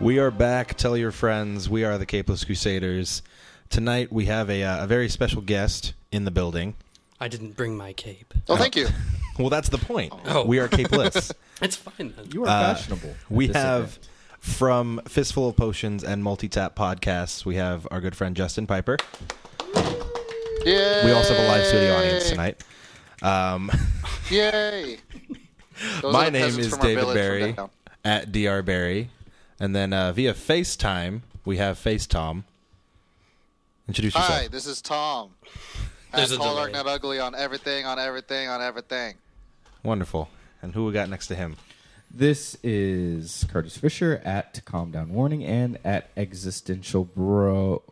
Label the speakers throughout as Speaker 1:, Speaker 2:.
Speaker 1: We are back. Tell your friends. We are the Capeless Crusaders. Tonight we have a, uh, a very special guest in the building.
Speaker 2: I didn't bring my cape.
Speaker 3: Oh, thank you.
Speaker 1: Well, that's the point.
Speaker 2: Oh.
Speaker 1: We are Capeless. Uh,
Speaker 2: It's fine. Then.
Speaker 4: You are fashionable. at
Speaker 1: we
Speaker 4: this
Speaker 1: have
Speaker 4: event.
Speaker 1: from Fistful of Potions and Multi Tap Podcasts, we have our good friend Justin Piper.
Speaker 3: Yay!
Speaker 1: We also have a live studio audience tonight. Um,
Speaker 3: Yay! Those are
Speaker 1: my
Speaker 3: the
Speaker 1: name
Speaker 3: peasants
Speaker 1: is
Speaker 3: from our
Speaker 1: David
Speaker 3: village from
Speaker 1: Barry
Speaker 3: downtown.
Speaker 1: at Dr. Barry, and then uh, via FaceTime we have FaceTom. Introduce yourself.
Speaker 3: Hi, this is Tom.
Speaker 2: There's a
Speaker 3: At tall, dark,
Speaker 2: delay.
Speaker 3: not ugly on everything, on everything, on everything.
Speaker 1: Wonderful. And who we got next to him?
Speaker 4: This is Curtis Fisher at Calm Down Warning and at Existential Bro.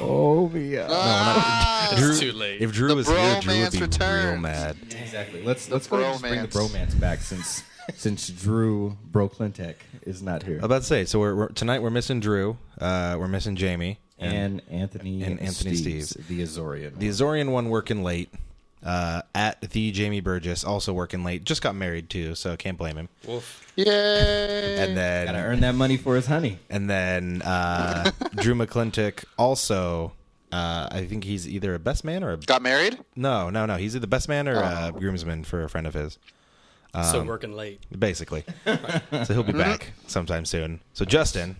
Speaker 4: Oh,
Speaker 3: Ah!
Speaker 1: Drew,
Speaker 2: too late.
Speaker 1: If Drew
Speaker 3: The
Speaker 1: was here, Drew
Speaker 3: bromance
Speaker 1: would be real
Speaker 3: returns.
Speaker 1: mad.
Speaker 4: Exactly. Let's let's go ahead and just bring the
Speaker 3: bromance.
Speaker 4: bromance back since since Drew Bro Clintek is not here
Speaker 1: I was about to say. So we're, we're tonight we're missing Drew. Uh, we're missing Jamie
Speaker 4: and Anthony
Speaker 1: and Anthony
Speaker 4: Steves, the Azorian.
Speaker 1: the Azorian one working late. Uh, at the Jamie Burgess also working late. Just got married too, so can't blame him.
Speaker 2: Woof.
Speaker 3: Yay!
Speaker 1: And then
Speaker 4: Gotta earn that money for his honey.
Speaker 1: and then uh, Drew McClintock also. Uh, I think he's either a best man or a
Speaker 3: Got Oh. married?
Speaker 1: no, no, no. He's either best man or uh, groomsman for a friend of his,
Speaker 2: so
Speaker 1: Um,
Speaker 2: working late.
Speaker 1: basically. so he'll be back sometime soon. So Justin,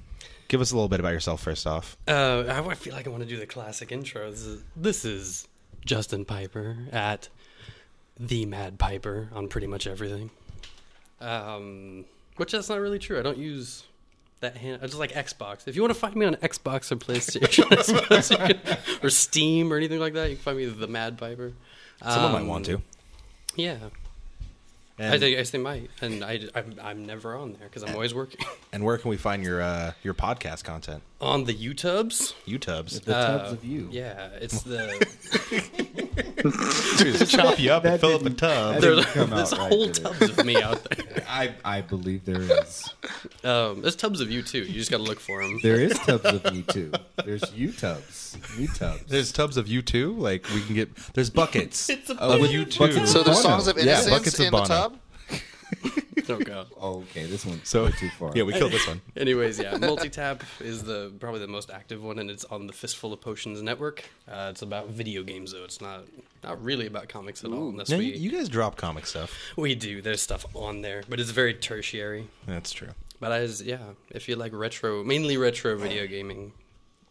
Speaker 1: give us a little bit about yourself first off.
Speaker 2: Uh, I wa- feel like I want to do the classic intro. This is, this is Justin Piper at the Mad Piper on pretty much everything. Um, which that's not really true. I don't use that hand. I just like Xbox. If you want to find me on Xbox or PlayStation, I suppose you can, or Steam or anything like that, you can find me the Mad Piper.
Speaker 1: Someone might
Speaker 2: Um,
Speaker 1: want to.
Speaker 2: Yeah, I
Speaker 1: And,
Speaker 2: think- I guess they might, and I, am I'm never on there because I'm always working
Speaker 1: and where can we find your uh, your podcast content?
Speaker 2: on the YouTubes.
Speaker 1: YouTubes.
Speaker 4: The tubs of you.
Speaker 2: Yeah, it's the
Speaker 1: Just chop you up and
Speaker 4: That
Speaker 1: fill up a
Speaker 4: didn't-
Speaker 1: tub.
Speaker 4: that
Speaker 2: there,
Speaker 4: didn't come
Speaker 2: there's
Speaker 4: out right,
Speaker 2: whole
Speaker 4: did it?
Speaker 2: tubs of me out there.
Speaker 4: I I believe there is
Speaker 2: Um, there's tubs of you too. You just got to look for them.
Speaker 4: there is tubs of you too. There's you tubs, you tubs.
Speaker 1: There's tubs of you too. Like we can get. There's buckets
Speaker 2: It's a
Speaker 1: of
Speaker 2: bucket.
Speaker 1: you
Speaker 4: Buckets
Speaker 1: too.
Speaker 4: of
Speaker 3: So there's
Speaker 4: Bono.
Speaker 3: songs of
Speaker 4: Yeah,
Speaker 3: innocence
Speaker 1: Buckets of
Speaker 3: in the
Speaker 1: Bono.
Speaker 3: tub?
Speaker 2: Oh god.
Speaker 4: oh, okay, this one's
Speaker 1: So
Speaker 4: way too far.
Speaker 1: Yeah, we killed this one.
Speaker 2: Anyways, yeah, multitap is the probably the most active one, and it's on the Fistful of Potions network. Uh, it's about video games though. It's not not really about comics at all, unless
Speaker 1: No,
Speaker 2: we
Speaker 1: you, you guys drop comic stuff.
Speaker 2: we do. There's stuff on there, but it's very tertiary.
Speaker 1: That's true.
Speaker 2: But I was, yeah, if you like retro, mainly retro video gaming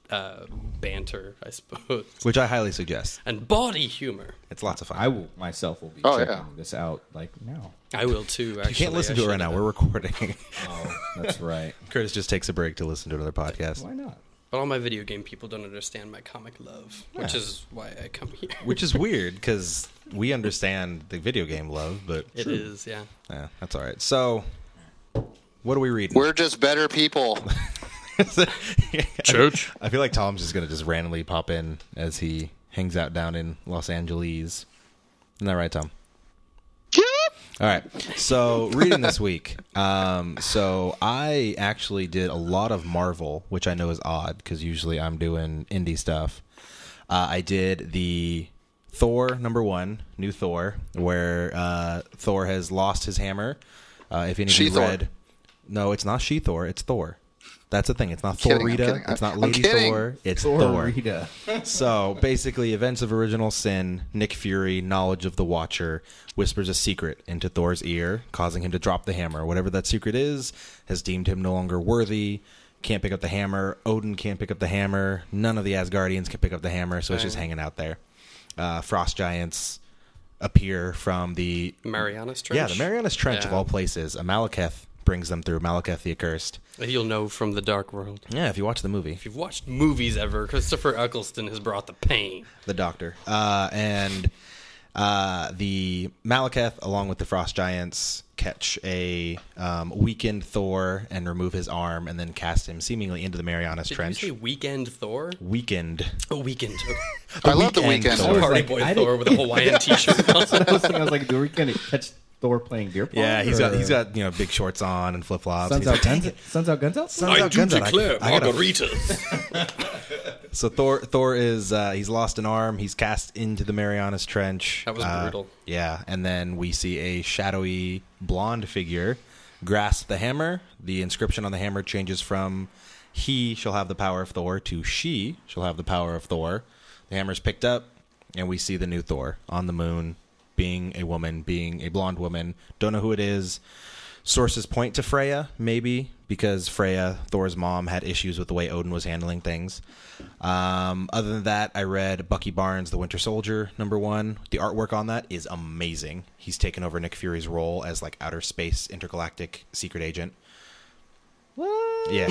Speaker 2: uh, banter, I suppose,
Speaker 1: Which I highly suggest.
Speaker 2: and body humor.
Speaker 1: It's lots of fun.
Speaker 4: I will myself will be
Speaker 3: Oh,
Speaker 4: checking
Speaker 3: yeah.
Speaker 4: this out like now.
Speaker 2: I will too. Actually,
Speaker 1: you can't listen
Speaker 2: I
Speaker 1: to it right
Speaker 2: should-
Speaker 1: now. We're recording.
Speaker 4: Oh, that's right.
Speaker 1: Curtis just takes a break to listen to another podcast,
Speaker 4: Why not?
Speaker 2: But all my video game people don't understand my comic love, which is why I come here.
Speaker 1: which is weird because we understand the video game love, but
Speaker 2: it is, yeah.
Speaker 1: Yeah, that's all right. So, what are we reading?
Speaker 3: We're just better people.
Speaker 2: Church.
Speaker 1: I feel like Tom's just gonna just randomly pop in as he hangs out down in Los Angeles. Isn't that right, Tom? All right. So reading this week. Um, so I actually did a lot of Marvel, which I know is odd because usually I'm doing indie stuff. Uh, I did the Thor number one, new Thor, where uh, Thor has lost his hammer. Uh, if any of you
Speaker 3: She-Thor.
Speaker 1: read, no, it's not She Thor. It's Thor. That's the thing. It's not Thor
Speaker 3: kidding, I'm
Speaker 1: Rita.
Speaker 3: kidding.
Speaker 1: It's not
Speaker 3: I'm
Speaker 1: Lady
Speaker 3: kidding.
Speaker 1: Thor. It's Thor.
Speaker 4: Florida.
Speaker 1: So basically, events of original sin, Nick Fury, knowledge of the Watcher, whispers a secret into Thor's ear, causing him to drop the hammer. Whatever that secret is, has deemed him no longer worthy. Can't pick up the hammer. Odin can't pick up the hammer. None of the Asgardians can pick up the hammer, so it's just hanging out there. Uh, frost giants appear from the
Speaker 2: Marianas Trench.
Speaker 1: yeah the Marianas Trench of
Speaker 2: Yeah.
Speaker 1: all places. Amalekith brings them through. Amalekith the Accursed.
Speaker 2: You'll know from the Dark World.
Speaker 1: Yeah, if you watch the movie,
Speaker 2: If you've watched movies ever, Christopher Eccleston has brought the pain.
Speaker 1: the doctor uh, and uh, the Malekith, along with the Frost Giants, catch a um, weakened Thor and remove his arm, and then cast him seemingly into the Marianas
Speaker 2: Did
Speaker 1: Trench.
Speaker 2: you say Weekend Thor?
Speaker 1: Weakened.
Speaker 2: A weekend.
Speaker 3: I love the weekend.
Speaker 1: Thor.
Speaker 2: Party
Speaker 4: like,
Speaker 2: boy
Speaker 4: I
Speaker 2: Thor
Speaker 4: didn't-
Speaker 2: with a Hawaiian t-shirt on.
Speaker 4: I was thinking, I was like, do we gonna catch Thor playing beer pong?
Speaker 1: Yeah, he's got
Speaker 4: or-
Speaker 1: he's got you know big shorts on and flip flops.
Speaker 4: Suns out, guns out. Suns out, guns out.
Speaker 2: I do
Speaker 1: Guns out. I-
Speaker 2: declare
Speaker 1: I gotta-
Speaker 2: margaritas.
Speaker 1: So Thor Thor is uh, he's lost an arm. He's cast into the Marianas Trench.
Speaker 2: That was
Speaker 1: Uh,
Speaker 2: brutal.
Speaker 1: Yeah, and then we see a shadowy blonde figure grasp the hammer. The inscription on the hammer changes from he shall have the power of Thor to she shall have the power of Thor. The hammer's picked up, and we see the new Thor on the moon, being a woman, being a blonde woman. Don't know who it is. Sources point to Freya, maybe, because Freya, Thor's mom, had issues with the way Odin was handling things. Um, other than that, I read Bucky Barnes, The Winter Soldier, number one. The artwork on that is amazing. He's taken over Nick Fury's role as like outer space intergalactic secret agent. Yeah.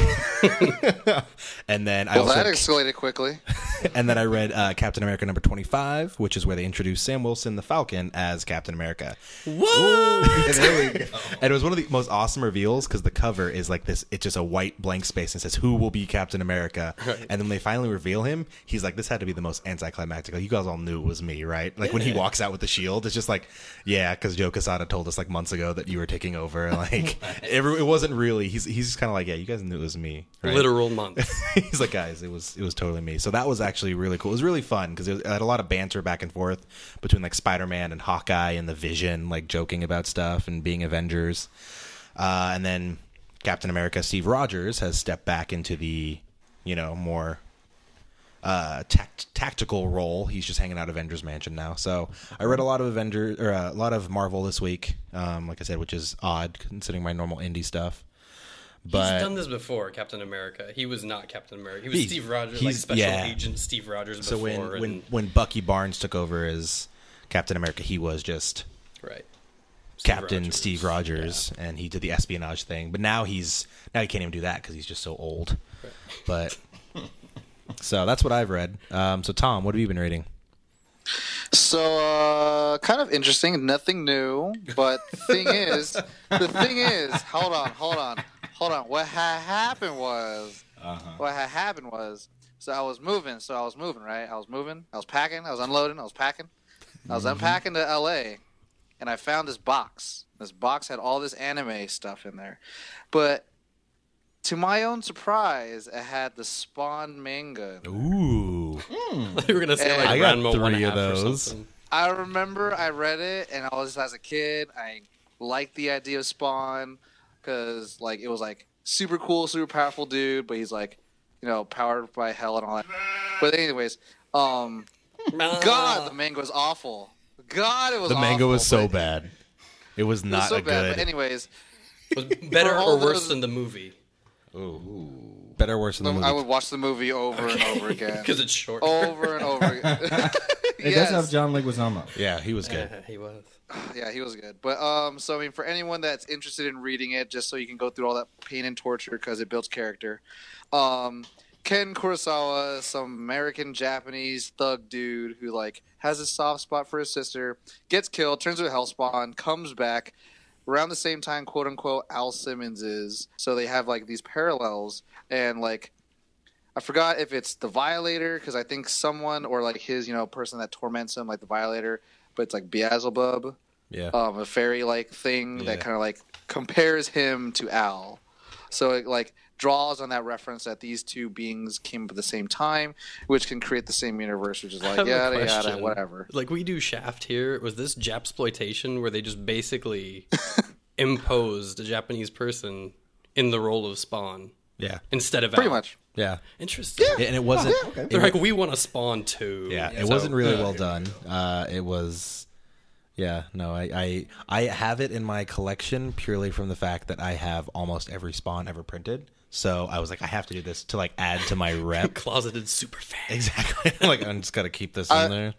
Speaker 1: and then I
Speaker 3: Well,
Speaker 1: also
Speaker 3: that escalated quickly.
Speaker 1: and then I read uh, Captain America number 25, which is where they introduced Sam Wilson, the Falcon, as Captain America.
Speaker 2: What?
Speaker 1: And it was one of the most awesome reveals because the cover is like this it's just a white blank space and it says, Who will be Captain America? And then they finally reveal him. He's like, This had to be the most anticlimactic. Like, you guys all knew it was me, right? Like, when he walks out with the shield, it's just like, Yeah, because Joe Casada told us like months ago that you were taking over. Like, every, it wasn't really. He's, he's just kind of like, Yeah, you guys knew it was me. Right?
Speaker 2: Literal month.
Speaker 1: he's like, guys, it was it was totally me. So that was actually really cool. It was really fun because it had a lot of banter back and forth between like Spider Man and Hawkeye and the Vision, like joking about stuff and being Avengers. Uh, and then Captain America, Steve Rogers, has stepped back into the you know more uh, tact- tactical role. He's just hanging out Avengers Mansion now. So I read a lot of Avengers or uh, a lot of Marvel this week. Um, like I said, which is odd considering my normal indie stuff. But
Speaker 2: he's done this before, Captain America. He was not Captain America. He was
Speaker 1: He's-
Speaker 2: Steve Rogers, like
Speaker 1: he's-
Speaker 2: Special
Speaker 1: yeah.
Speaker 2: Agent Steve Rogers before.
Speaker 1: So when,
Speaker 2: and,
Speaker 1: when when Bucky Barnes took over as Captain America, he was just
Speaker 2: right.
Speaker 1: Captain
Speaker 2: Rogers.
Speaker 1: Steve Rogers, and he did the espionage thing. But now he's now he can't even do that because he's just so old. But so that's what I've read. Um, so Tom, what have you been reading?
Speaker 3: So, uh, kind of interesting. Nothing new, but thing is, the thing is, hold on, hold on, hold on. What ha- happened was, what ha- happened was, so I was moving, so I was moving, right? I was moving, I was packing, I was unloading, I was packing, I was unpacking to L.A., and I found this box. This box had all this anime stuff in there, but to my own surprise, it had the Spawn manga. in
Speaker 1: Ooh,
Speaker 2: they were gonna say like
Speaker 1: I got
Speaker 2: Ranma
Speaker 1: three
Speaker 2: one
Speaker 1: of
Speaker 2: half or
Speaker 1: those.
Speaker 2: something.
Speaker 3: I remember I read it, and I was as a kid, I liked the idea of Spawn because like it was like super cool, super powerful dude, but he's like, you know, powered by hell and all that. But anyways, um, God, the manga was awful. God, it was
Speaker 1: the manga was
Speaker 3: awful,
Speaker 1: so
Speaker 3: but-
Speaker 1: bad. It was
Speaker 3: It was
Speaker 1: not
Speaker 3: so
Speaker 1: a
Speaker 3: bad.
Speaker 1: good.
Speaker 3: But anyways,
Speaker 2: was better
Speaker 3: For
Speaker 2: or
Speaker 3: all
Speaker 2: worse
Speaker 3: those-
Speaker 2: than the movie
Speaker 1: better or worse than the movie.
Speaker 3: I would watch the movie over and over again,
Speaker 2: because it's short.
Speaker 1: Oh.
Speaker 3: over and over. again.
Speaker 4: It
Speaker 3: yes.
Speaker 4: does have John Leguizamo.
Speaker 1: yeah, he was good.
Speaker 2: he was.
Speaker 3: Yeah, he was good. But um, so I mean, for anyone that's interested in reading it, just so you can go through all that pain and torture because it builds character. Um, Ken Kurosawa, some American Japanese thug dude who like has a soft spot for his sister, gets killed, turns into a hellspawn, comes back around the same time, quote unquote, Al Simmons is. So they have like these parallels and like I forgot if it's the Violator because I think someone or like his you know person that torments him like the Violator, but it's like Beelzebub
Speaker 1: Yeah,
Speaker 3: um, a fairy like thing that
Speaker 1: Yeah.
Speaker 3: kind of like compares him to Al. So it like draws on that reference that these two beings came at the same time, which can create the same universe, which is
Speaker 2: I
Speaker 3: like
Speaker 2: have a
Speaker 3: yada yada
Speaker 2: question.
Speaker 3: whatever.
Speaker 2: Like we do Shaft here. Was this Japsploitation where they just basically imposed a Japanese person in the role of Spawn
Speaker 1: yeah,
Speaker 2: instead of
Speaker 3: Pretty
Speaker 1: Uh,
Speaker 2: Al?
Speaker 3: much.
Speaker 1: yeah.
Speaker 2: Interesting.
Speaker 1: And it wasn't. it
Speaker 2: They're like, we want a Spawn too.
Speaker 1: Yeah, uh, it
Speaker 2: So-
Speaker 1: wasn't really well done. Uh, it was, yeah, no, I, I I have it in my collection purely from the fact that I have almost every spawn ever printed. So I was like, I have to do this to like add to my rep.
Speaker 2: closeted super fan.
Speaker 1: exactly. I'm like I'm just gotta keep this in there.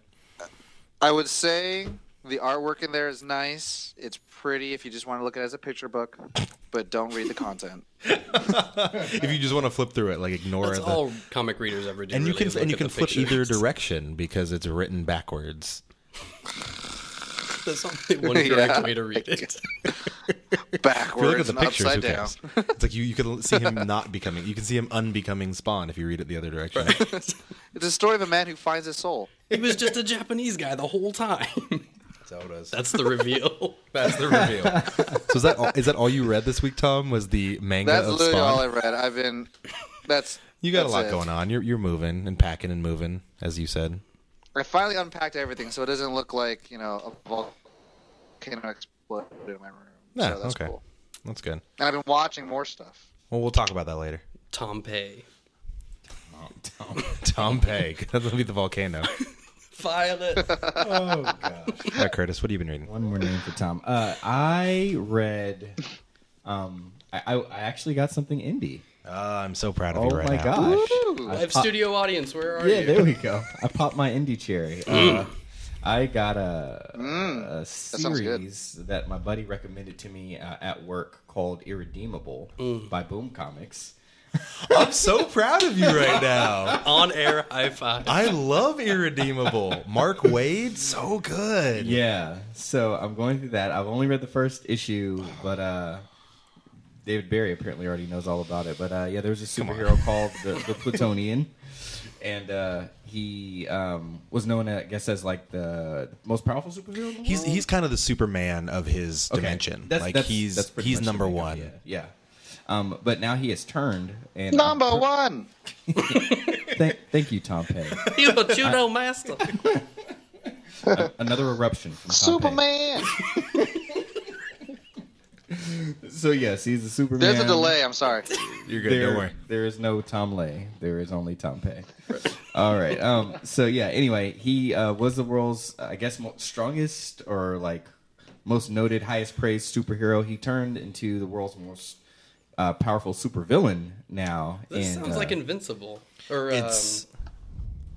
Speaker 3: I would say the artwork in there is nice. It's pretty if you just want to look at it as a picture book, but don't read the content.
Speaker 1: If you just want to flip through it, like ignore
Speaker 2: That's
Speaker 1: the,
Speaker 2: all comic readers ever do.
Speaker 1: and you
Speaker 2: really, is
Speaker 1: can
Speaker 2: look
Speaker 1: and you
Speaker 2: at the
Speaker 1: can flip
Speaker 2: pictures.
Speaker 1: either direction because it's written backwards.
Speaker 2: That's only one direct way to read it.
Speaker 1: If you look
Speaker 3: Backwards
Speaker 1: at the
Speaker 3: and
Speaker 1: pictures, who
Speaker 3: upside down.
Speaker 1: cares? It's like you you can see him not becoming. You can see him unbecoming Spawn if you read it the other direction.
Speaker 3: It's a story of a man who finds his soul.
Speaker 2: He was just a Japanese guy the whole time.
Speaker 1: That's how it is.
Speaker 2: That's the reveal.
Speaker 1: That's the reveal. so is that all, is that all you read this week, Tom? Was the manga
Speaker 3: That's
Speaker 1: of
Speaker 3: literally
Speaker 1: Spawn?
Speaker 3: all I read. I've been. That's
Speaker 1: you got a
Speaker 3: that's
Speaker 1: lot
Speaker 3: it.
Speaker 1: going on. You're you're moving and packing and moving, as you said.
Speaker 3: I finally unpacked everything, so it doesn't look like you know a volcano exploded in my room.
Speaker 1: Yeah,
Speaker 3: so that's
Speaker 1: okay.
Speaker 3: cool.
Speaker 1: That's good.
Speaker 3: And I've been watching more stuff.
Speaker 1: Well, we'll talk about that later.
Speaker 2: Tom Pei.
Speaker 1: Oh, Tom Peg. That's gonna be the volcano.
Speaker 2: Violet.
Speaker 4: Oh gosh.
Speaker 1: All right, Curtis, what have you been reading?
Speaker 4: One more name for Tom. Uh, I read. Um, I, I, I actually got something indie.
Speaker 1: Uh, I'm so proud of
Speaker 4: Oh
Speaker 1: you right
Speaker 4: my
Speaker 1: now.
Speaker 4: gosh!
Speaker 2: Live studio audience, where are
Speaker 4: Yeah,
Speaker 2: you?
Speaker 4: there we go. I popped my indie cherry. Uh, I got a, a
Speaker 3: Mm. sounds good.
Speaker 4: series that, my buddy recommended to me uh, at work called Irredeemable by Boom Comics.
Speaker 1: I'm so proud of you right now.
Speaker 2: On air high five.
Speaker 1: I love Irredeemable. Mark Wade, so good.
Speaker 4: Yeah, so I'm going through that. I've only read the first issue, but uh, David Barry apparently already knows all about it. But uh, yeah, there's a superhero called the, the Plutonian, and uh, he um, was known, I guess, as like the most powerful superhero. In the
Speaker 1: He's
Speaker 4: world?
Speaker 1: he's kind of the Superman of his
Speaker 4: Okay.
Speaker 1: dimension.
Speaker 4: That's-
Speaker 1: like
Speaker 4: that's-
Speaker 1: he's
Speaker 4: that's pretty
Speaker 1: he's
Speaker 4: much
Speaker 1: number
Speaker 4: the makeup,
Speaker 1: one.
Speaker 4: Yeah. yeah. Um, but now he has turned and
Speaker 3: Number one.
Speaker 4: Thank, thank you, Tom Pei.
Speaker 2: you a judo master.
Speaker 4: Another eruption from Tom
Speaker 3: Superman.
Speaker 4: Pei. So yes, he's a Superman.
Speaker 3: There's a delay. I'm sorry.
Speaker 1: You're good.
Speaker 4: There,
Speaker 1: Don't worry.
Speaker 4: there is no Tom Lay. There is only Tom Pei. All right. Um, so yeah. Anyway, he uh, was the world's, I guess, mo strongest or like most noted, highest praised superhero. He turned into the world's most uh, powerful supervillain now.
Speaker 2: This
Speaker 4: and,
Speaker 2: sounds
Speaker 4: uh,
Speaker 2: like Invincible. Or um,
Speaker 1: It's-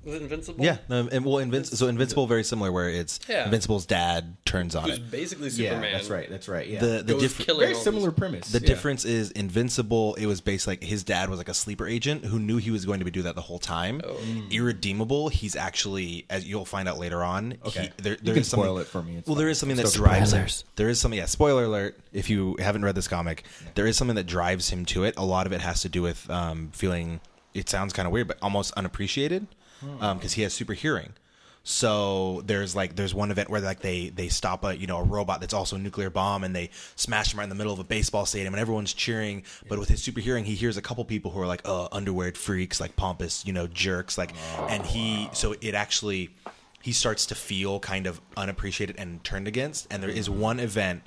Speaker 2: is it Invincible?
Speaker 1: Yeah, no, and well, Invinci- so Invincible very similar, where it's
Speaker 2: Yeah.
Speaker 1: Invincible's dad turns on
Speaker 2: Who's
Speaker 1: it.
Speaker 2: basically
Speaker 4: yeah.
Speaker 2: Superman.
Speaker 4: That's right. That's right. Yeah.
Speaker 1: The the
Speaker 2: Goes
Speaker 1: diff-
Speaker 2: killing
Speaker 4: very
Speaker 2: all these-
Speaker 4: similar premise.
Speaker 1: the
Speaker 4: yeah.
Speaker 1: difference is Invincible. It was based like his dad was like a sleeper agent who knew he was going to be doing that the whole time.
Speaker 2: Oh.
Speaker 1: Irredeemable. He's actually, as you'll find out later on.
Speaker 4: Okay.
Speaker 1: he, there,
Speaker 4: You
Speaker 1: there
Speaker 4: can
Speaker 1: is something-
Speaker 4: spoil it for me. It's
Speaker 1: well, there
Speaker 4: fine.
Speaker 1: is something
Speaker 4: It's
Speaker 1: that
Speaker 4: still
Speaker 1: drives
Speaker 2: spoilers.
Speaker 1: him. There is something. Yeah, spoiler alert. If you haven't read this comic, there is something that drives him to it. A lot of it has to do with um, feeling. It sounds kind of weird, but almost unappreciated,
Speaker 4: Hmm.
Speaker 1: because he has super hearing. So there's like there's one event where like they they stop a you know a robot that's also a nuclear bomb and they smash him right in the middle of a baseball stadium and everyone's cheering. But with his super hearing, he hears a couple people who are like uh, underwear freaks, like pompous, you know, jerks, like, and he so it actually he starts to feel kind of unappreciated and turned against. And there is one event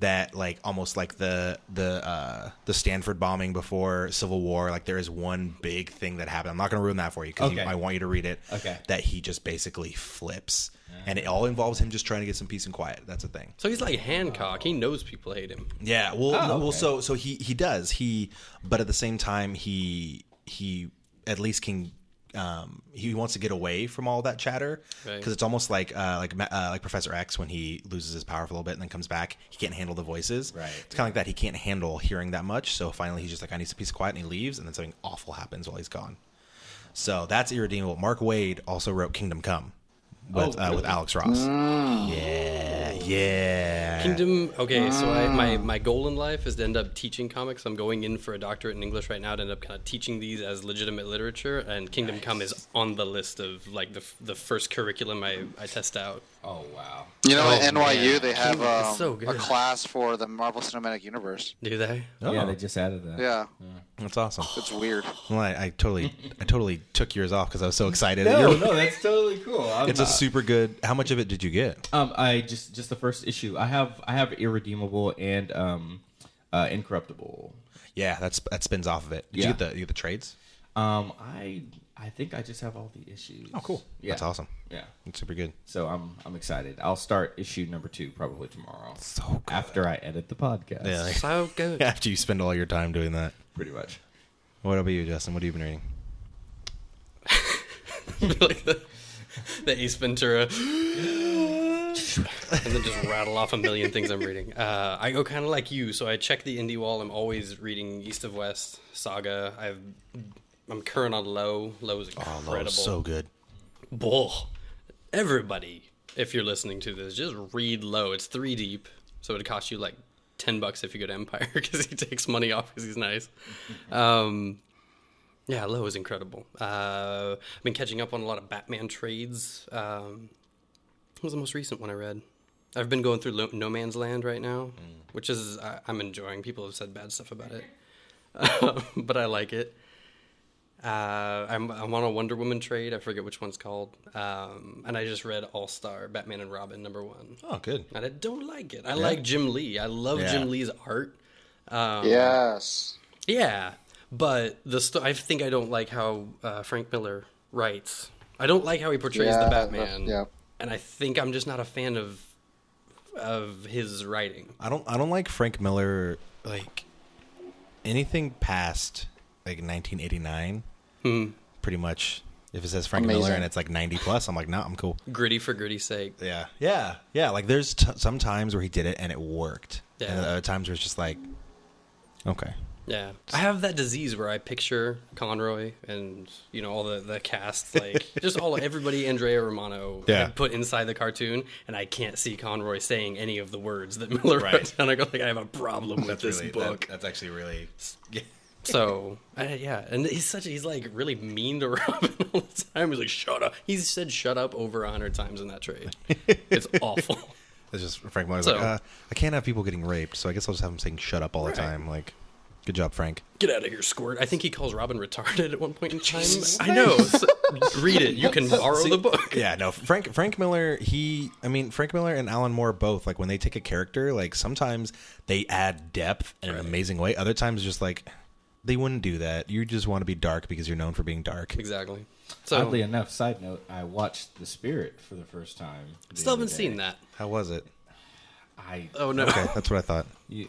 Speaker 1: that, like, almost like the the uh, the Stanford bombing before Civil War. Like, there is one big thing that happened. I'm not going to ruin that for you because
Speaker 4: Okay.
Speaker 1: I want you to read it.
Speaker 4: Okay.
Speaker 1: That he just basically flips, and it all involves him just trying to get some peace and quiet. That's a thing.
Speaker 2: So he's like Hancock. He knows people hate him.
Speaker 1: Yeah. Well,
Speaker 4: Oh,
Speaker 1: well
Speaker 4: okay.
Speaker 1: so so he he does. He but at the same time he he at least can um he wants to get away from all that chatter because
Speaker 2: Right.
Speaker 1: it's almost like uh like Ma- uh, like Professor X when he loses his power for a little bit and then comes back, he can't handle the voices.
Speaker 4: Right.
Speaker 1: It's kind of like that he can't handle hearing that much, so finally he's just like I need some peace of quiet and he leaves and then something awful happens while he's gone. So that's irredeemable. Mark Wade also wrote Kingdom Come with
Speaker 2: Oh,
Speaker 1: uh, with
Speaker 2: really?
Speaker 1: Alex Ross.
Speaker 4: Oh.
Speaker 1: Yeah. Yeah.
Speaker 2: Kingdom. Okay, so I, my my goal in life is to end up teaching comics. I'm going in for a doctorate in English right now to end up kind of teaching these as legitimate literature. And Kingdom Come is on the list of like the f- the first curriculum I I test out.
Speaker 4: Oh wow.
Speaker 3: You know,
Speaker 2: Oh,
Speaker 3: at NYU
Speaker 2: man.
Speaker 3: they have
Speaker 2: It's
Speaker 3: um,
Speaker 2: so
Speaker 3: a
Speaker 2: good.
Speaker 3: class for the Marvel Cinematic Universe.
Speaker 2: Do they?
Speaker 1: Oh,
Speaker 4: Yeah, they just added that.
Speaker 3: Yeah,
Speaker 1: that's awesome.
Speaker 3: it's weird.
Speaker 1: Well, I, I totally, I totally took yours off because I was so excited.
Speaker 4: No,
Speaker 1: You're-
Speaker 4: no, that's totally cool. I'm
Speaker 1: it's a
Speaker 4: not-
Speaker 1: super good. How much of it did you get?
Speaker 4: Um, I just just the first issue. I have I have irredeemable and um, uh, incorruptible.
Speaker 1: Yeah, that's that spins off of it. Did
Speaker 4: Yeah.
Speaker 1: you get the you get the trades?
Speaker 4: Um, I I think I just have all the issues. Oh, Yeah,
Speaker 1: that's awesome.
Speaker 4: Yeah.
Speaker 1: It's super good.
Speaker 4: So I'm I'm excited. I'll start issue number two probably tomorrow.
Speaker 1: So good.
Speaker 4: after I edit the podcast.
Speaker 1: Yeah, like-
Speaker 2: So good.
Speaker 1: After you spend all your time doing that,
Speaker 4: pretty much.
Speaker 1: what about you, Justin? What have you been reading?
Speaker 2: like the, the Ace Ventura, and then just rattle off a million things I'm reading. Uh, I go kind of like you, so I check the indie wall. I'm always reading East of West Saga. I've I'm current on Low. Low is
Speaker 1: Oh,
Speaker 2: incredible.
Speaker 1: Lord, so good.
Speaker 2: Bull. Everybody, if you're listening to this, just read Low. It's three deep, so it costs you like ten bucks if you go to Empire because he takes money off because he's nice. Um, yeah, Low is incredible. Uh, I've been catching up on a lot of Batman trades. Um, what was the most recent one I read? I've been going through Lo- No Man's Land right now, which is I, I'm enjoying. People have said bad stuff about it, but I like it. Uh, I'm, I'm on a Wonder Woman trade. I forget which one's called. Um, and I just read All Star Batman and Robin number one,
Speaker 1: Oh, good.
Speaker 2: and I don't like it. I like Jim Lee. I love Jim
Speaker 1: Yeah.
Speaker 2: Lee's art.
Speaker 1: Oh,
Speaker 2: Um,
Speaker 3: Yes.
Speaker 2: yeah, but the sto- I think I don't like how uh, Frank Miller writes. I don't like how he portrays
Speaker 3: Yeah,
Speaker 2: the
Speaker 3: that-
Speaker 2: Batman.
Speaker 3: yeah.
Speaker 2: and I think I'm just not a fan of of his writing.
Speaker 1: I don't I don't like Frank Miller like anything past like 1989. Pretty much, if it says Frank Miller
Speaker 3: Amazing.
Speaker 1: and it's like 90 plus, I'm like, nah, I'm cool.
Speaker 2: Gritty for gritty's sake.
Speaker 1: Yeah, yeah, yeah. Like there's t- some times where he did it and it worked,
Speaker 2: Yeah.
Speaker 1: and other times where it's just like, okay,
Speaker 2: Yeah, I have that disease where I picture Conroy and you know all the the cast, like just all everybody Andrea Romano
Speaker 1: Yeah.
Speaker 2: had put inside the cartoon, and I can't see Conroy saying any of the words that Miller
Speaker 1: Right.
Speaker 2: writes, and I go like I have a problem with this book.
Speaker 1: that's actually really.
Speaker 2: So I, yeah, and he's such he's like really mean to Robin all the time. He's like shut up. He's said shut up over a hundred times in that trade. It's awful.
Speaker 1: It's just Frank Miller's
Speaker 2: So-
Speaker 1: like, uh, I can't have people getting raped, so I guess I'll just have them saying "shut up" all
Speaker 2: Right.
Speaker 1: the time. Like, good job, Frank.
Speaker 2: Get out of here, Squirt. I think he calls Robin retarded at one point in time. I know. So, read it. You can borrow the book.
Speaker 1: Yeah, no, Frank Frank Miller. He, I mean, Frank Miller and Alan Moore both. Like when they take a character, like sometimes they add depth in an amazing way. Other times, just like they wouldn't do that. You just want to be dark because you're known for being dark.
Speaker 2: Exactly. So
Speaker 1: Oh.
Speaker 4: Oddly enough, side note, I watched The Spirit for the first time. the
Speaker 2: still
Speaker 4: other
Speaker 2: haven't
Speaker 4: day.
Speaker 2: seen that.
Speaker 1: How was it?
Speaker 4: I
Speaker 2: Oh no.
Speaker 1: Okay, that's what I thought.
Speaker 4: you,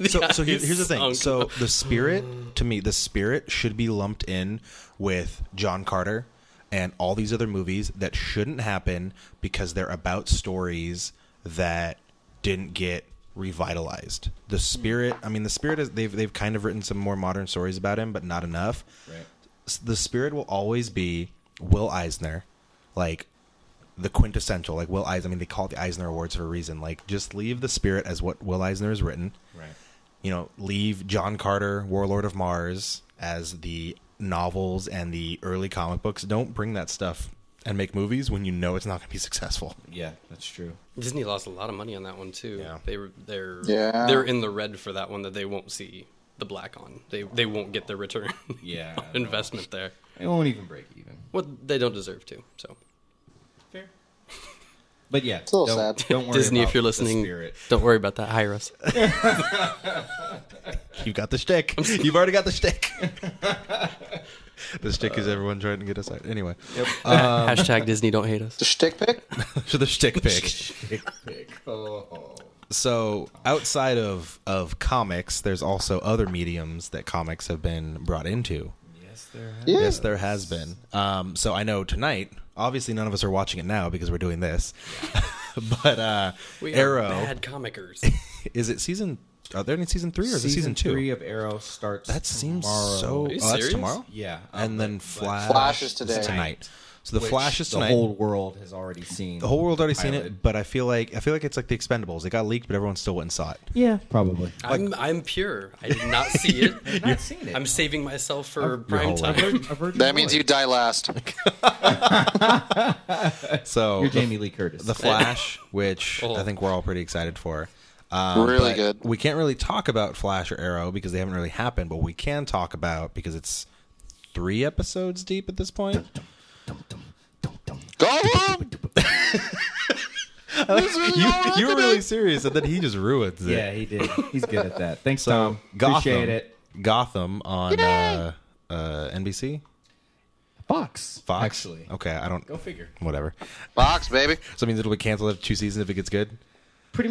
Speaker 1: so, so here-
Speaker 2: eyes
Speaker 1: here's the thing.
Speaker 2: sunk.
Speaker 1: So
Speaker 4: Oh,
Speaker 1: the spirit, to me, the spirit should be lumped in with John Carter and all these other movies that shouldn't happen because they're about stories that didn't get revitalized. The
Speaker 4: Hmm.
Speaker 1: spirit, I mean, the spirit is they've they've kind of written some more modern stories about him, but not enough.
Speaker 4: Right.
Speaker 1: S- The spirit will always be Will Eisner, like the quintessential, like Will Eisner. I mean, they call it the Eisner Awards for a reason. Like, just leave the spirit as what Will Eisner has written
Speaker 4: right.
Speaker 1: you know, leave John Carter, Warlord of Mars, as the novels and the early comic books. Don't bring that stuff and make movies when you know it's not going to be successful.
Speaker 4: Yeah, that's true.
Speaker 2: Disney lost a lot of money on that one too.
Speaker 1: Yeah.
Speaker 2: They were they're
Speaker 3: Yeah.
Speaker 2: they're in the red for that one that they won't see the black on. They they won't get their return
Speaker 4: Yeah,
Speaker 2: on
Speaker 4: I know.
Speaker 2: investment there.
Speaker 4: It won't even break even.
Speaker 2: What they don't deserve to. So
Speaker 4: Fair. But yeah,
Speaker 3: a little
Speaker 4: don't,
Speaker 3: sad.
Speaker 4: Don't worry
Speaker 2: Disney,
Speaker 4: about
Speaker 2: if you're
Speaker 4: The
Speaker 2: listening,
Speaker 4: Spirit.
Speaker 2: don't worry about that. Hire us.
Speaker 1: You've got the shtick. You've already got the shtick. the shtick is everyone trying to get us out. Anyway, Um,
Speaker 2: Hashtag Disney don't hate us.
Speaker 3: The shtick pick?
Speaker 1: so the shtick pick.
Speaker 4: Oh.
Speaker 1: so outside of of comics, there's also other mediums that comics have been brought into.
Speaker 4: Yes, there has.
Speaker 1: Yes, there has been. Um, so I know tonight, obviously none of us are watching it now because we're doing this. but uh,
Speaker 2: We
Speaker 1: Arrow,
Speaker 2: are bad comicers.
Speaker 1: is it season? Are there any season three or is it season two?
Speaker 4: three of Arrow starts.
Speaker 1: that seems
Speaker 4: tomorrow.
Speaker 1: so.
Speaker 2: Are you
Speaker 1: oh, that's
Speaker 2: serious?
Speaker 1: tomorrow.
Speaker 4: Yeah, um,
Speaker 1: and then
Speaker 4: but-
Speaker 1: Flash,
Speaker 3: Flash is today.
Speaker 1: tonight. So the
Speaker 4: which
Speaker 1: Flash is
Speaker 4: the
Speaker 1: tonight.
Speaker 4: whole world has already seen.
Speaker 1: the whole world already seen
Speaker 4: Pilot.
Speaker 1: it, but I feel like I feel like it's like the Expendables. It got leaked, but everyone still went and saw it.
Speaker 4: Yeah, probably.
Speaker 2: I'm I'm pure. I did not see it.
Speaker 4: I've not seen it.
Speaker 2: I'm saving myself for
Speaker 1: Your whole
Speaker 2: prime time.
Speaker 1: life.
Speaker 4: I've heard your
Speaker 3: That means
Speaker 4: voice.
Speaker 3: you die last.
Speaker 1: So
Speaker 4: You're
Speaker 1: the-
Speaker 4: Jamie Lee Curtis.
Speaker 1: The Flash, which I think we're all pretty excited for. Um,
Speaker 3: Really
Speaker 1: but
Speaker 3: good.
Speaker 1: We can't really talk about Flash or Arrow because they haven't really happened, but we can talk about because it's three episodes deep at this point.
Speaker 4: Dum, dum, dum, dum.
Speaker 3: Gollum! This is
Speaker 1: you
Speaker 3: all right
Speaker 1: you were
Speaker 3: today.
Speaker 1: really serious, and then he just ruins it.
Speaker 4: Yeah, he did. He's good at that. Thanks,
Speaker 1: So
Speaker 4: Tom.
Speaker 1: Gotham,
Speaker 4: Appreciate it.
Speaker 1: Gotham on uh, uh, NBC,
Speaker 4: Fox.
Speaker 1: Fox.
Speaker 4: Actually.
Speaker 1: okay, I don't.
Speaker 4: Go figure.
Speaker 1: Whatever.
Speaker 3: Box, baby.
Speaker 1: So it means it'll be canceled after two seasons if it gets good.
Speaker 4: Pretty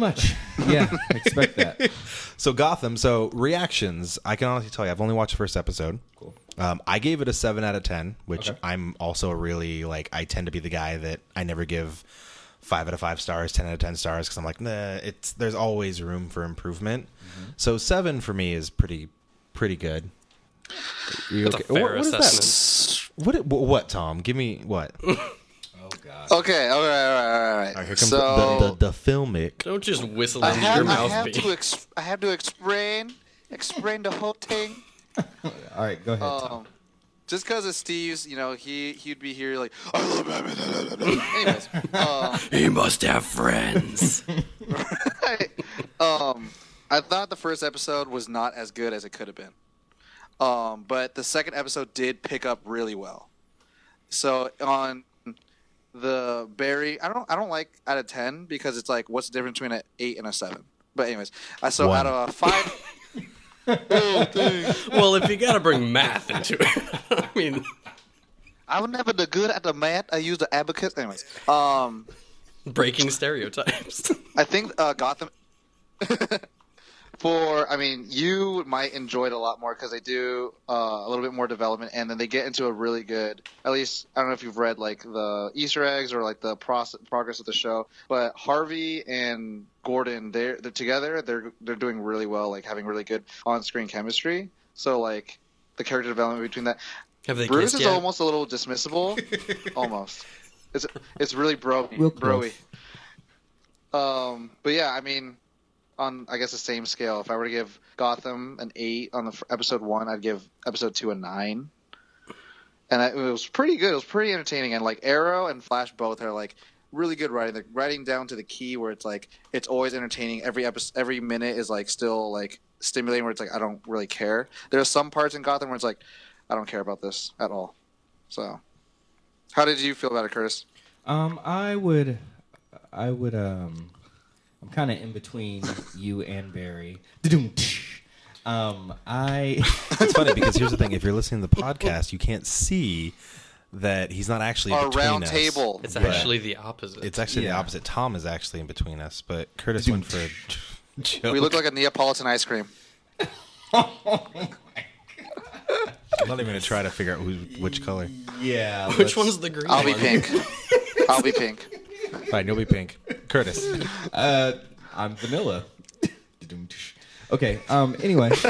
Speaker 4: much. Yeah, expect that.
Speaker 1: So Gotham. So reactions. I can honestly tell you, I've only watched the first episode. Cool. Um, I gave it a seven out of ten, which
Speaker 4: Okay.
Speaker 1: I'm also a really like. I tend to be the guy that I never give five out of five stars, ten out of ten stars, because I'm like, nah. It's there's always room for improvement. So seven for me is pretty pretty good. You
Speaker 2: That's a fair
Speaker 1: what, what is that?
Speaker 2: assessment.
Speaker 1: What, it- what? What? Tom, give me what? All
Speaker 4: Oh, God.
Speaker 3: Okay, all right, all right, all right.
Speaker 1: right, here comes
Speaker 3: so,
Speaker 1: the, the, the filmic.
Speaker 2: Don't just whistle
Speaker 3: I
Speaker 2: into your
Speaker 3: have, I
Speaker 2: mouth.
Speaker 3: have
Speaker 2: babe.
Speaker 3: to ex- I have to explain, explain the whole thing.
Speaker 4: All right, go ahead,
Speaker 2: Uh,
Speaker 4: Tom.
Speaker 3: Um, just because of Steve's, you know, he he'd be here like, I love Batman. da, da, da, da." Anyways, um,
Speaker 2: He must have friends.
Speaker 3: um, I thought the first episode was not as good as it could have been, um, but the second episode did pick up really well. So on the Barry, I don't I don't like out of ten because it's like what's the difference between an eight and a seven? But anyways, I so
Speaker 1: One.
Speaker 3: out of a five, Oh, dang.
Speaker 2: Well, if you got to bring math into it, I mean,
Speaker 3: I was never the good at the math. I used the abacus. Anyways, um,
Speaker 2: breaking stereotypes.
Speaker 3: I think uh, Gotham. for I mean, you might enjoy it a lot more because they do uh, a little bit more development, and then they get into a really good. At least I don't know if you've read like the Easter eggs or like the process, progress of the show, but Harvey and Gordon, they're they're together. They're they're doing really well, like having really good on screen chemistry. So like the character development between that.
Speaker 2: Have they
Speaker 3: Bruce
Speaker 2: kissed
Speaker 3: is
Speaker 2: yet?
Speaker 3: almost a little dismissible, almost. It's it's really bro
Speaker 4: Real
Speaker 3: broy. Um, but yeah, I mean, on I guess the same scale. If I were to give Gotham an eight on the f- episode one, I'd give episode two a nine. And I, it was pretty good. It was pretty entertaining. And like Arrow and Flash both are like really good writing. They're writing down to the key where it's like it's always entertaining. Every episode, every minute is like still like stimulating. Where it's like I don't really care. There are some parts in Gotham where it's like I don't care about this at all. So, how did you feel about it, Curtis?
Speaker 4: Um, I would, I would. Um, I'm kind of in between you and Barry. Um, I
Speaker 1: It's funny because here's the thing: if you're listening to the podcast, you can't see that he's not actually
Speaker 3: Our
Speaker 1: between
Speaker 3: round
Speaker 1: us.
Speaker 3: table.
Speaker 2: It's
Speaker 1: But
Speaker 2: actually the opposite.
Speaker 1: It's actually the
Speaker 4: Yeah.
Speaker 1: opposite. Tom is actually in between us, but Curtis went for a joke.
Speaker 3: We look like a Neapolitan ice cream.
Speaker 1: I'm not even gonna try to figure out who, which color.
Speaker 4: yeah.
Speaker 2: Which
Speaker 4: let's-
Speaker 2: one's the green
Speaker 3: I'll be
Speaker 2: one?
Speaker 3: pink. I'll be pink.
Speaker 1: All right, you'll be pink. Curtis,
Speaker 4: Uh, I'm vanilla. okay. Um. Anyway,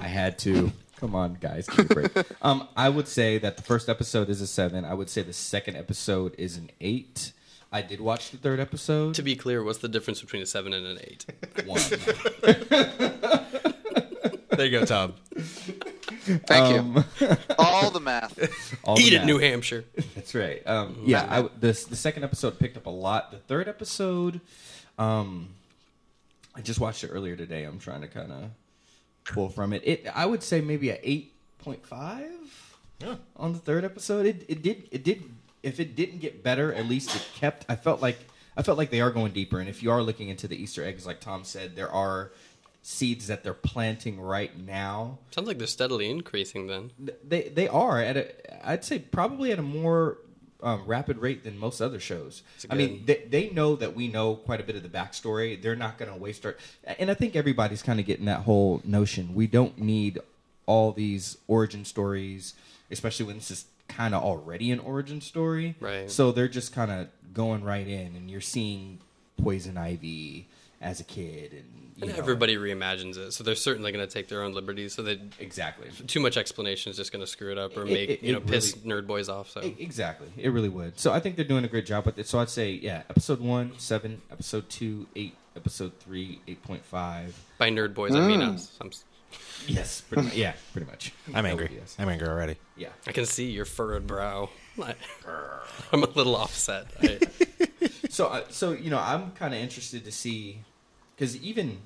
Speaker 4: I had to. Come on, guys. Give me a break. Um, I would say that the first episode is a seven. I would say the second episode is an eight. I did watch the third episode.
Speaker 2: To be clear, what's the difference between a seven and an eight?
Speaker 4: one.
Speaker 1: there you go, Tom.
Speaker 3: Thank
Speaker 1: Um,
Speaker 3: you. All the math.
Speaker 4: Um, All the
Speaker 2: Eat it,
Speaker 4: math.
Speaker 2: New Hampshire.
Speaker 4: That's right. Um, yeah, I, the the second episode picked up a lot. The third episode, um, I just watched it earlier today. I'm trying to kind of pull from it. It I would say maybe a eight point five
Speaker 1: Yeah.
Speaker 4: on the third episode. It it did it did if it didn't get better, at least it kept. I felt like I felt like they are going deeper. And if you are looking into the Easter eggs, like Tom said, there are seeds that they're planting right now
Speaker 2: Sounds like they're steadily increasing then.
Speaker 4: they they are at a I'd say probably at a more um, rapid rate than most other shows. I mean, they, they know that we know quite a bit of the backstory. They're not going to waste our. And I think everybody's kind of getting that whole notion. We don't need all these origin stories, especially when this is kind of already an origin story.
Speaker 2: Right.
Speaker 4: So they're just kind of going right in, and you're seeing Poison Ivy as a kid, and, you
Speaker 2: And
Speaker 4: know,
Speaker 2: everybody reimagines it, so they're certainly going to take their own liberties. So they
Speaker 4: exactly.
Speaker 2: too much explanation is just going to screw it up or
Speaker 4: It-
Speaker 2: make
Speaker 4: it-
Speaker 2: you know
Speaker 4: it
Speaker 2: piss
Speaker 4: really-
Speaker 2: nerd boys off. So
Speaker 4: E- Exactly. It really would. So I think they're doing a great job with it. So I'd say, yeah, episode one, seven, episode two, eight, episode three, 8.5.
Speaker 2: by nerd boys, I mean
Speaker 3: Mm.
Speaker 2: us. I'm, s-
Speaker 4: Yes. Pretty much. Yeah, pretty much.
Speaker 1: I'm
Speaker 4: That
Speaker 1: angry.
Speaker 4: would be us.
Speaker 1: I'm angry already.
Speaker 4: Yeah.
Speaker 2: I can see your furrowed brow. I- I'm a little offset. I,
Speaker 4: So, uh, so you know, I'm kind of interested to see because even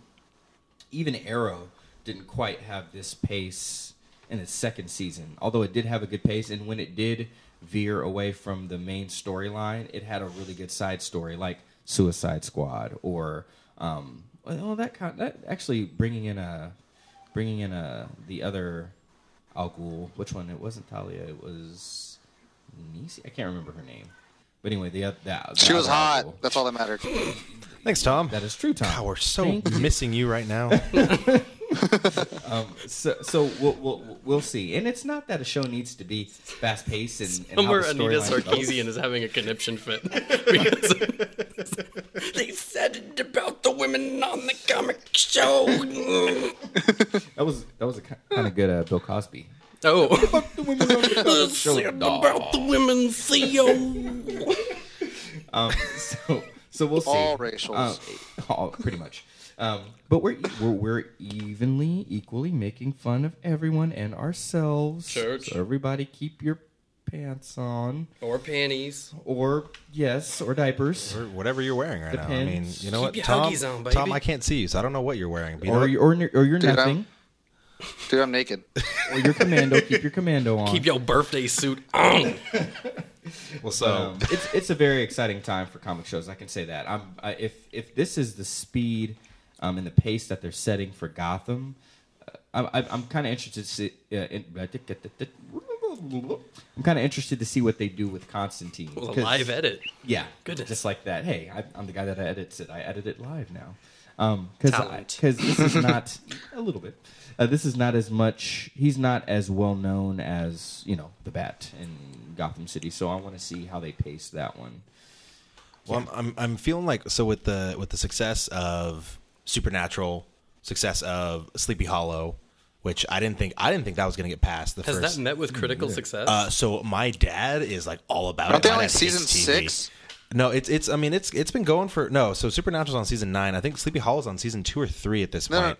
Speaker 4: even Arrow didn't quite have this pace in its second season, although it did have a good pace. And when it did veer away from the main storyline, it had a really good side story, like Suicide Squad or um, well, that kind that actually bringing in a bringing in a the other Al Ghul. Which one? It wasn't Talia. It was Nisi. I can't remember her name. But anyway, the, oth- that
Speaker 3: She
Speaker 4: the
Speaker 3: was
Speaker 4: other Al
Speaker 3: hot.
Speaker 4: Ghul.
Speaker 3: That's all that mattered.
Speaker 1: Thanks, Tom.
Speaker 4: That is true, Tom.
Speaker 1: God, we're so
Speaker 4: Thank you.
Speaker 1: missing you right now.
Speaker 4: So, so we'll, we'll we'll see. And it's not that a show needs to be fast paced and, and how
Speaker 2: Somewhere
Speaker 4: the
Speaker 2: Anita
Speaker 4: storyline develops.
Speaker 2: Sarkeesian is having a conniption fit because they said it about the women on the comic show.
Speaker 4: That was that was a kind of good uh, Bill Cosby.
Speaker 2: oh,
Speaker 4: Surely
Speaker 2: said
Speaker 4: not.
Speaker 2: about the women, E Theo.
Speaker 4: Um, so so we'll see.
Speaker 3: All racials.
Speaker 4: Uh, all, pretty much. Um, but we're, we're we're evenly equally making fun of everyone and ourselves.
Speaker 2: Church.
Speaker 4: So everybody, keep your pants on,
Speaker 2: Or panties.
Speaker 4: or yes, or diapers,
Speaker 1: Or whatever you're wearing right now. I mean,
Speaker 4: Depends.
Speaker 1: you know what,
Speaker 2: Keep your
Speaker 1: Tom?
Speaker 2: huggies on, baby.
Speaker 1: Tom, I can't see you, so I don't know what you're wearing. But you know
Speaker 4: or
Speaker 1: what?
Speaker 4: your or, your- or your
Speaker 3: Dude, I'm-
Speaker 4: nothing,
Speaker 3: Dude, I'm naked.
Speaker 4: or your commando. Keep your commando on.
Speaker 2: Keep your birthday suit on.
Speaker 1: well, so
Speaker 4: um, it's it's a very exciting time for comic shows. I can say that. I'm I, if if this is the speed um, and the pace that they're setting for Gotham. Uh, I'm, I'm- I'm kind of interested to see. Uh, in, I'm kind of interested to see what they do with Constantine.
Speaker 2: Well, a
Speaker 4: 'cause-
Speaker 2: live edit.
Speaker 4: yeah,
Speaker 2: Goodness.
Speaker 4: just like that. Hey, I, I'm the guy that edits it. I edit it live now. Um, because
Speaker 2: Talent.
Speaker 4: because this is not a little bit. Uh, this is not as much. He's not as well known as you know the Bat in Gotham City. So I want to see how they pace that one.
Speaker 1: Well, I'm, I'm I'm feeling like so with the with the success of Supernatural, success of Sleepy Hollow, which I didn't think I didn't think that was going to get past the
Speaker 2: Has
Speaker 1: first.
Speaker 2: that met with critical success?
Speaker 1: uh, so my dad is like all about.
Speaker 3: Aren't
Speaker 1: it.
Speaker 3: they on,
Speaker 1: My
Speaker 3: like,
Speaker 1: dad
Speaker 3: season
Speaker 1: hates TV.
Speaker 3: six?
Speaker 1: No, it's it's. I mean, it's it's been going for no. So Supernatural's on season nine. I think Sleepy Hollow's on season two or three at this
Speaker 3: No, no.
Speaker 1: point.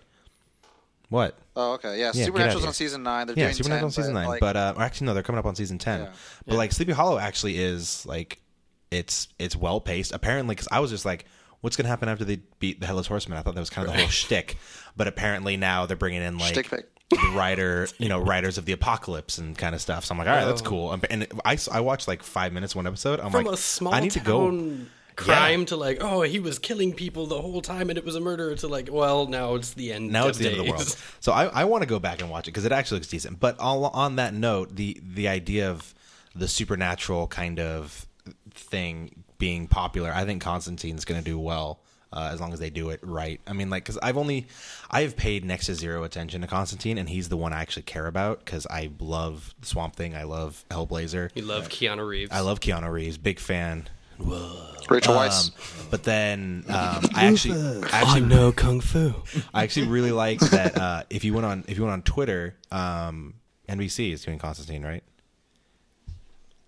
Speaker 1: What?
Speaker 3: Oh, okay. Yeah,
Speaker 1: get out of
Speaker 3: Supernatural's
Speaker 1: here.
Speaker 3: on season nine. They're
Speaker 1: yeah,
Speaker 3: doing
Speaker 1: Supernatural
Speaker 3: 10,
Speaker 1: on season
Speaker 3: but,
Speaker 1: nine,
Speaker 3: like,
Speaker 1: but uh, or actually no, they're coming up on season ten. But like Sleepy Hollow actually is like it's it's well paced apparently because I was just like, what's gonna happen after they beat the Hellas Horsemen? I thought that was kind of the whole shtick, but apparently now they're bringing in like
Speaker 3: Shtick pick.
Speaker 1: the writer, you know, writers of the apocalypse and kind of stuff. So I'm like, all right,
Speaker 3: Oh.
Speaker 1: that's cool. Um, And I I watched like five minutes one episode. I'm
Speaker 2: From
Speaker 1: like,
Speaker 2: a small
Speaker 1: I need to go.
Speaker 2: town crime to like, oh, he was killing people the whole time and it was a murder to like, well, now it's the end.
Speaker 1: Now
Speaker 2: of
Speaker 1: it's the end of the world.
Speaker 2: days.
Speaker 1: So I, I want to go back and watch it because it actually looks decent. But all, on that note, the the idea of the supernatural kind of thing being popular, I think Constantine's going to do well. Uh, as long as they do it right, I mean, like, because I've only, I've paid next to zero attention to Constantine, and he's the one I actually care about because I love Swamp Thing, I love Hellblazer,
Speaker 2: We love Keanu Reeves.
Speaker 1: I love Keanu Reeves, big fan.
Speaker 3: Rachel
Speaker 1: Um,
Speaker 3: Weisz.
Speaker 1: but then um, I actually, I
Speaker 2: I
Speaker 1: actually
Speaker 2: know kung fu.
Speaker 1: I actually really like that. Uh, if you went on, if you went on Twitter, um, NBC is doing Constantine, right?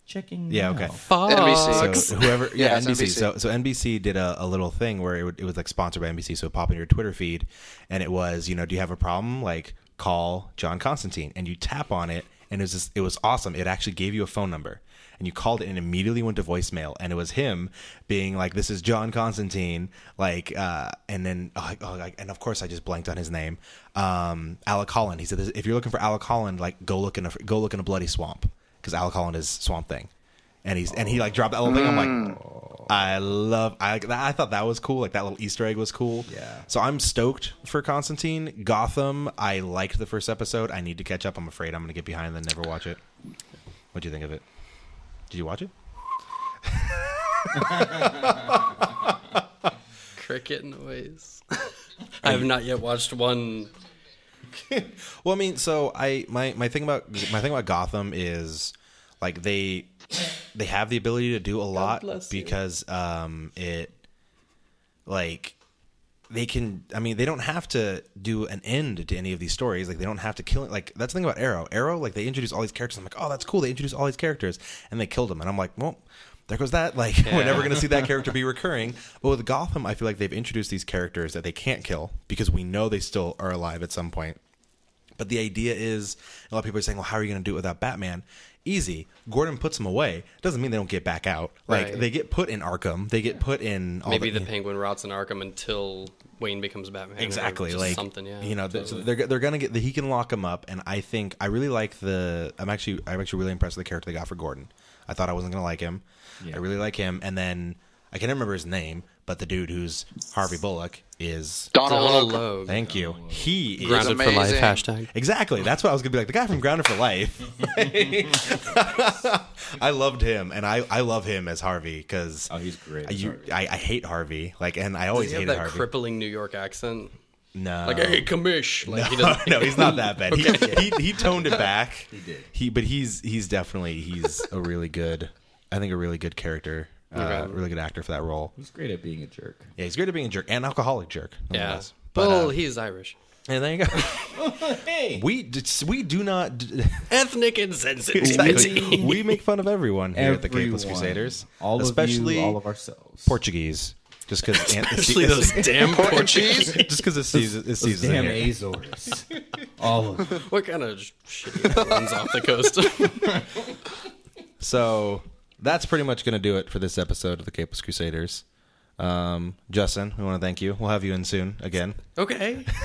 Speaker 4: Checking.
Speaker 1: Yeah.
Speaker 4: now.
Speaker 1: Okay.
Speaker 3: NBC.
Speaker 1: um, oh, So whoever, yeah,
Speaker 3: Yeah, it's
Speaker 1: NBC.
Speaker 3: NBC.
Speaker 1: So so NBC did a, a little thing where it, would, it was like sponsored by NBC, so it pop in your Twitter feed, and it was, you know, do you have a problem? Like call John Constantine, and you tap on it, and it was just, it was awesome. It actually gave you a phone number, and you called it, and immediately went to voicemail, and it was him being like, "This is John Constantine," like, uh, and then oh, I- oh, like, and of course I just blanked on his name, um, Alec Holland. He said, "If you're looking for Alec Holland, like go look in a go look in a bloody swamp." Because Alec Holland is Swamp Thing, and he's and he like dropped that little thing. I'm like, I love. I that- I thought that was cool. Like that little Easter egg was cool.
Speaker 4: Yeah.
Speaker 1: So I'm stoked for Constantine Gotham. I liked the first episode. I need to catch up. I'm afraid I'm gonna get behind and then never watch it. What'd you think of it? Did you watch it?
Speaker 2: Cricket noise. I have not yet watched one.
Speaker 1: Well, I mean, so I my my thing about my thing about Gotham is like they they have the ability to do a lot
Speaker 2: bless you.
Speaker 1: because um it like they can I mean they don't have to do an end to any of these stories like they don't have to kill it like that's the thing about Arrow Arrow like they introduce all these characters I'm like oh that's cool they introduce all these characters and they killed them and I'm like well there goes that like we're never going to see that character be recurring but with Gotham I feel like they've introduced these characters that they can't kill because we know they still are alive at some point but the idea is a lot of people are saying, well, how are you going to do it without Batman? Easy. Gordon puts them away. Doesn't mean they don't get back out. Like
Speaker 2: Right.
Speaker 1: they get put in Arkham. They get put in all
Speaker 2: Maybe the Penguin rots in Arkham until Wayne becomes Batman. or
Speaker 1: exactly
Speaker 2: just
Speaker 1: like
Speaker 2: something. Yeah,
Speaker 1: you know th- so they're they're gonna get the, he can lock him up and i think i really like the i'm actually i'm actually really impressed with the character they got for gordon i thought i wasn't gonna like him i really like him and then i can't remember his name but the dude who's harvey bullock is
Speaker 3: Donald
Speaker 2: Donald
Speaker 3: Logue.
Speaker 2: Logue.
Speaker 1: thank you he is
Speaker 2: Grounded for life
Speaker 3: amazing.
Speaker 2: hashtag.
Speaker 1: Exactly. That's what I was gonna be like. The guy from Grounded for Life. I loved him, and I, I love him as Harvey because
Speaker 4: Oh, he's great. as
Speaker 1: you
Speaker 4: Harvey.
Speaker 1: I, I hate Harvey. Like, and I
Speaker 2: Does
Speaker 1: always
Speaker 2: he have
Speaker 1: hated
Speaker 2: that
Speaker 1: Harvey.
Speaker 2: crippling New York accent?
Speaker 1: no,
Speaker 2: Like, hey, commish. Like, he
Speaker 1: no,
Speaker 2: doesn't.
Speaker 1: no, he's not that bad. he, he he toned it back. He
Speaker 4: did.
Speaker 1: He but he's he's definitely he's a really good. I think a really good character. Uh,
Speaker 2: Okay.
Speaker 1: really good actor for that role.
Speaker 4: He's great at being a jerk.
Speaker 1: Yeah, he's great at being a jerk and alcoholic jerk.
Speaker 2: Yeah.
Speaker 1: nonetheless. But,
Speaker 2: Well,
Speaker 1: uh,
Speaker 2: he's Irish.
Speaker 1: and there you go.
Speaker 4: Hey.
Speaker 1: We we do not
Speaker 2: Ethnic insensitivity.
Speaker 1: Exactly. we make fun of everyone here at the Capeless
Speaker 4: Everyone.
Speaker 1: Crusaders,
Speaker 4: All
Speaker 1: especially
Speaker 4: of you, all of ourselves.
Speaker 1: Portuguese, just because
Speaker 2: Especially those damn
Speaker 3: Pork and
Speaker 2: Portuguese.
Speaker 3: cheese.
Speaker 1: just because it's season, it's
Speaker 4: Those
Speaker 1: season
Speaker 4: damn
Speaker 1: here.
Speaker 4: Azores. all of them.
Speaker 2: What kind of shitty islands off the coast?
Speaker 1: So that's pretty much going to do it for this episode of the Capeless Crusaders. Um, Justin, we want to thank you. We'll have you in soon again.
Speaker 2: okay.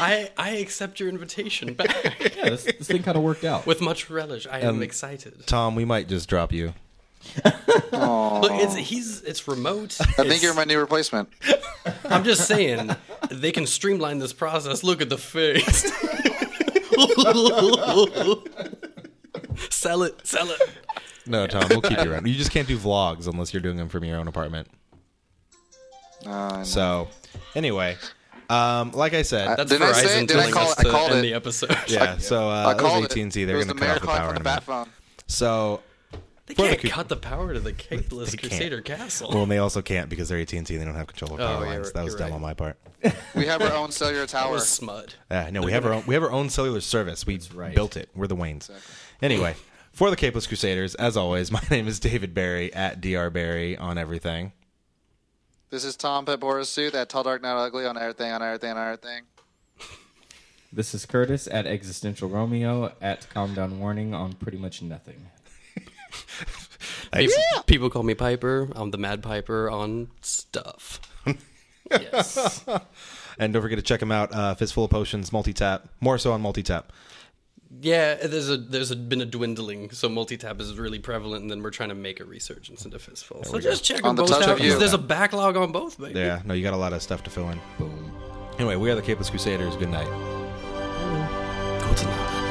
Speaker 2: I I accept your invitation back
Speaker 4: Yeah, this, this thing kind of worked out.
Speaker 2: with much relish. I
Speaker 3: Um,
Speaker 2: am excited.
Speaker 1: Tom, we might just drop you.
Speaker 2: Look, it's he's it's remote.
Speaker 3: I think you're my new replacement.
Speaker 2: I'm just saying they can streamline this process. Look at the face. sell it, sell it.
Speaker 1: No, Tom, we'll keep you around. You just can't do vlogs unless you're doing them from your own apartment.
Speaker 3: Uh,
Speaker 1: So, anyway, um, like I said,
Speaker 3: I-
Speaker 2: That's
Speaker 3: Didn't
Speaker 2: Verizon
Speaker 3: say it? Didn't I
Speaker 2: telling
Speaker 3: call
Speaker 2: us
Speaker 3: it? I
Speaker 2: to
Speaker 3: called
Speaker 2: end
Speaker 3: it.
Speaker 2: the episode.
Speaker 1: yeah. So uh,
Speaker 3: I
Speaker 1: that was
Speaker 3: called it.
Speaker 1: 18C. They're
Speaker 3: It was
Speaker 1: going to
Speaker 3: the
Speaker 1: cut
Speaker 3: mayor
Speaker 1: off the
Speaker 3: calling
Speaker 1: power in
Speaker 3: from
Speaker 1: a
Speaker 3: the bat
Speaker 1: minute.
Speaker 3: phone.
Speaker 1: So,
Speaker 2: They
Speaker 1: Well,
Speaker 2: can't
Speaker 1: they could-
Speaker 2: cut the power to the cakeless
Speaker 1: They can't.
Speaker 2: Crusader Castle.
Speaker 1: well, and they also can't because they're AT and T. They don't have control of
Speaker 3: Oh,
Speaker 1: power
Speaker 2: yeah,
Speaker 1: lines.
Speaker 2: you're-
Speaker 1: That was
Speaker 2: you're
Speaker 1: dumb
Speaker 2: right.
Speaker 1: on my part.
Speaker 3: We have our own cellular
Speaker 2: That
Speaker 3: tower.
Speaker 2: was smut.
Speaker 1: Uh, no, we have our own, we have our own cellular service. We
Speaker 4: right.
Speaker 1: built it. We're the Waynes. Anyway, for the Capeless Crusaders, as always, my name is David Barry at Dr Barry on everything.
Speaker 3: This is Tom Pet Boris Suit at Tall Dark Not Ugly on everything, on everything, on everything.
Speaker 4: This is Curtis at Existential Romeo at Calm Down Warning on pretty much nothing.
Speaker 1: Thanks.
Speaker 2: People- People call me Piper. I'm the Mad Piper on stuff. yes.
Speaker 1: And don't forget to check them out. Uh, Fistful of Potions, multi tap, more so on multi tap.
Speaker 2: Yeah, there's a there's a, been a dwindling, so multi-tap is really prevalent, and then we're trying to make a resurgence into fistful. So just check
Speaker 3: On
Speaker 2: them
Speaker 3: the
Speaker 2: both
Speaker 3: touch of
Speaker 2: out. 'cause
Speaker 3: you.
Speaker 2: There's a backlog on both, baby.
Speaker 1: Yeah, no, you got a lot of stuff to fill in.
Speaker 4: Boom.
Speaker 1: Anyway, we are the Capeless Crusaders. Good night.
Speaker 2: Go to-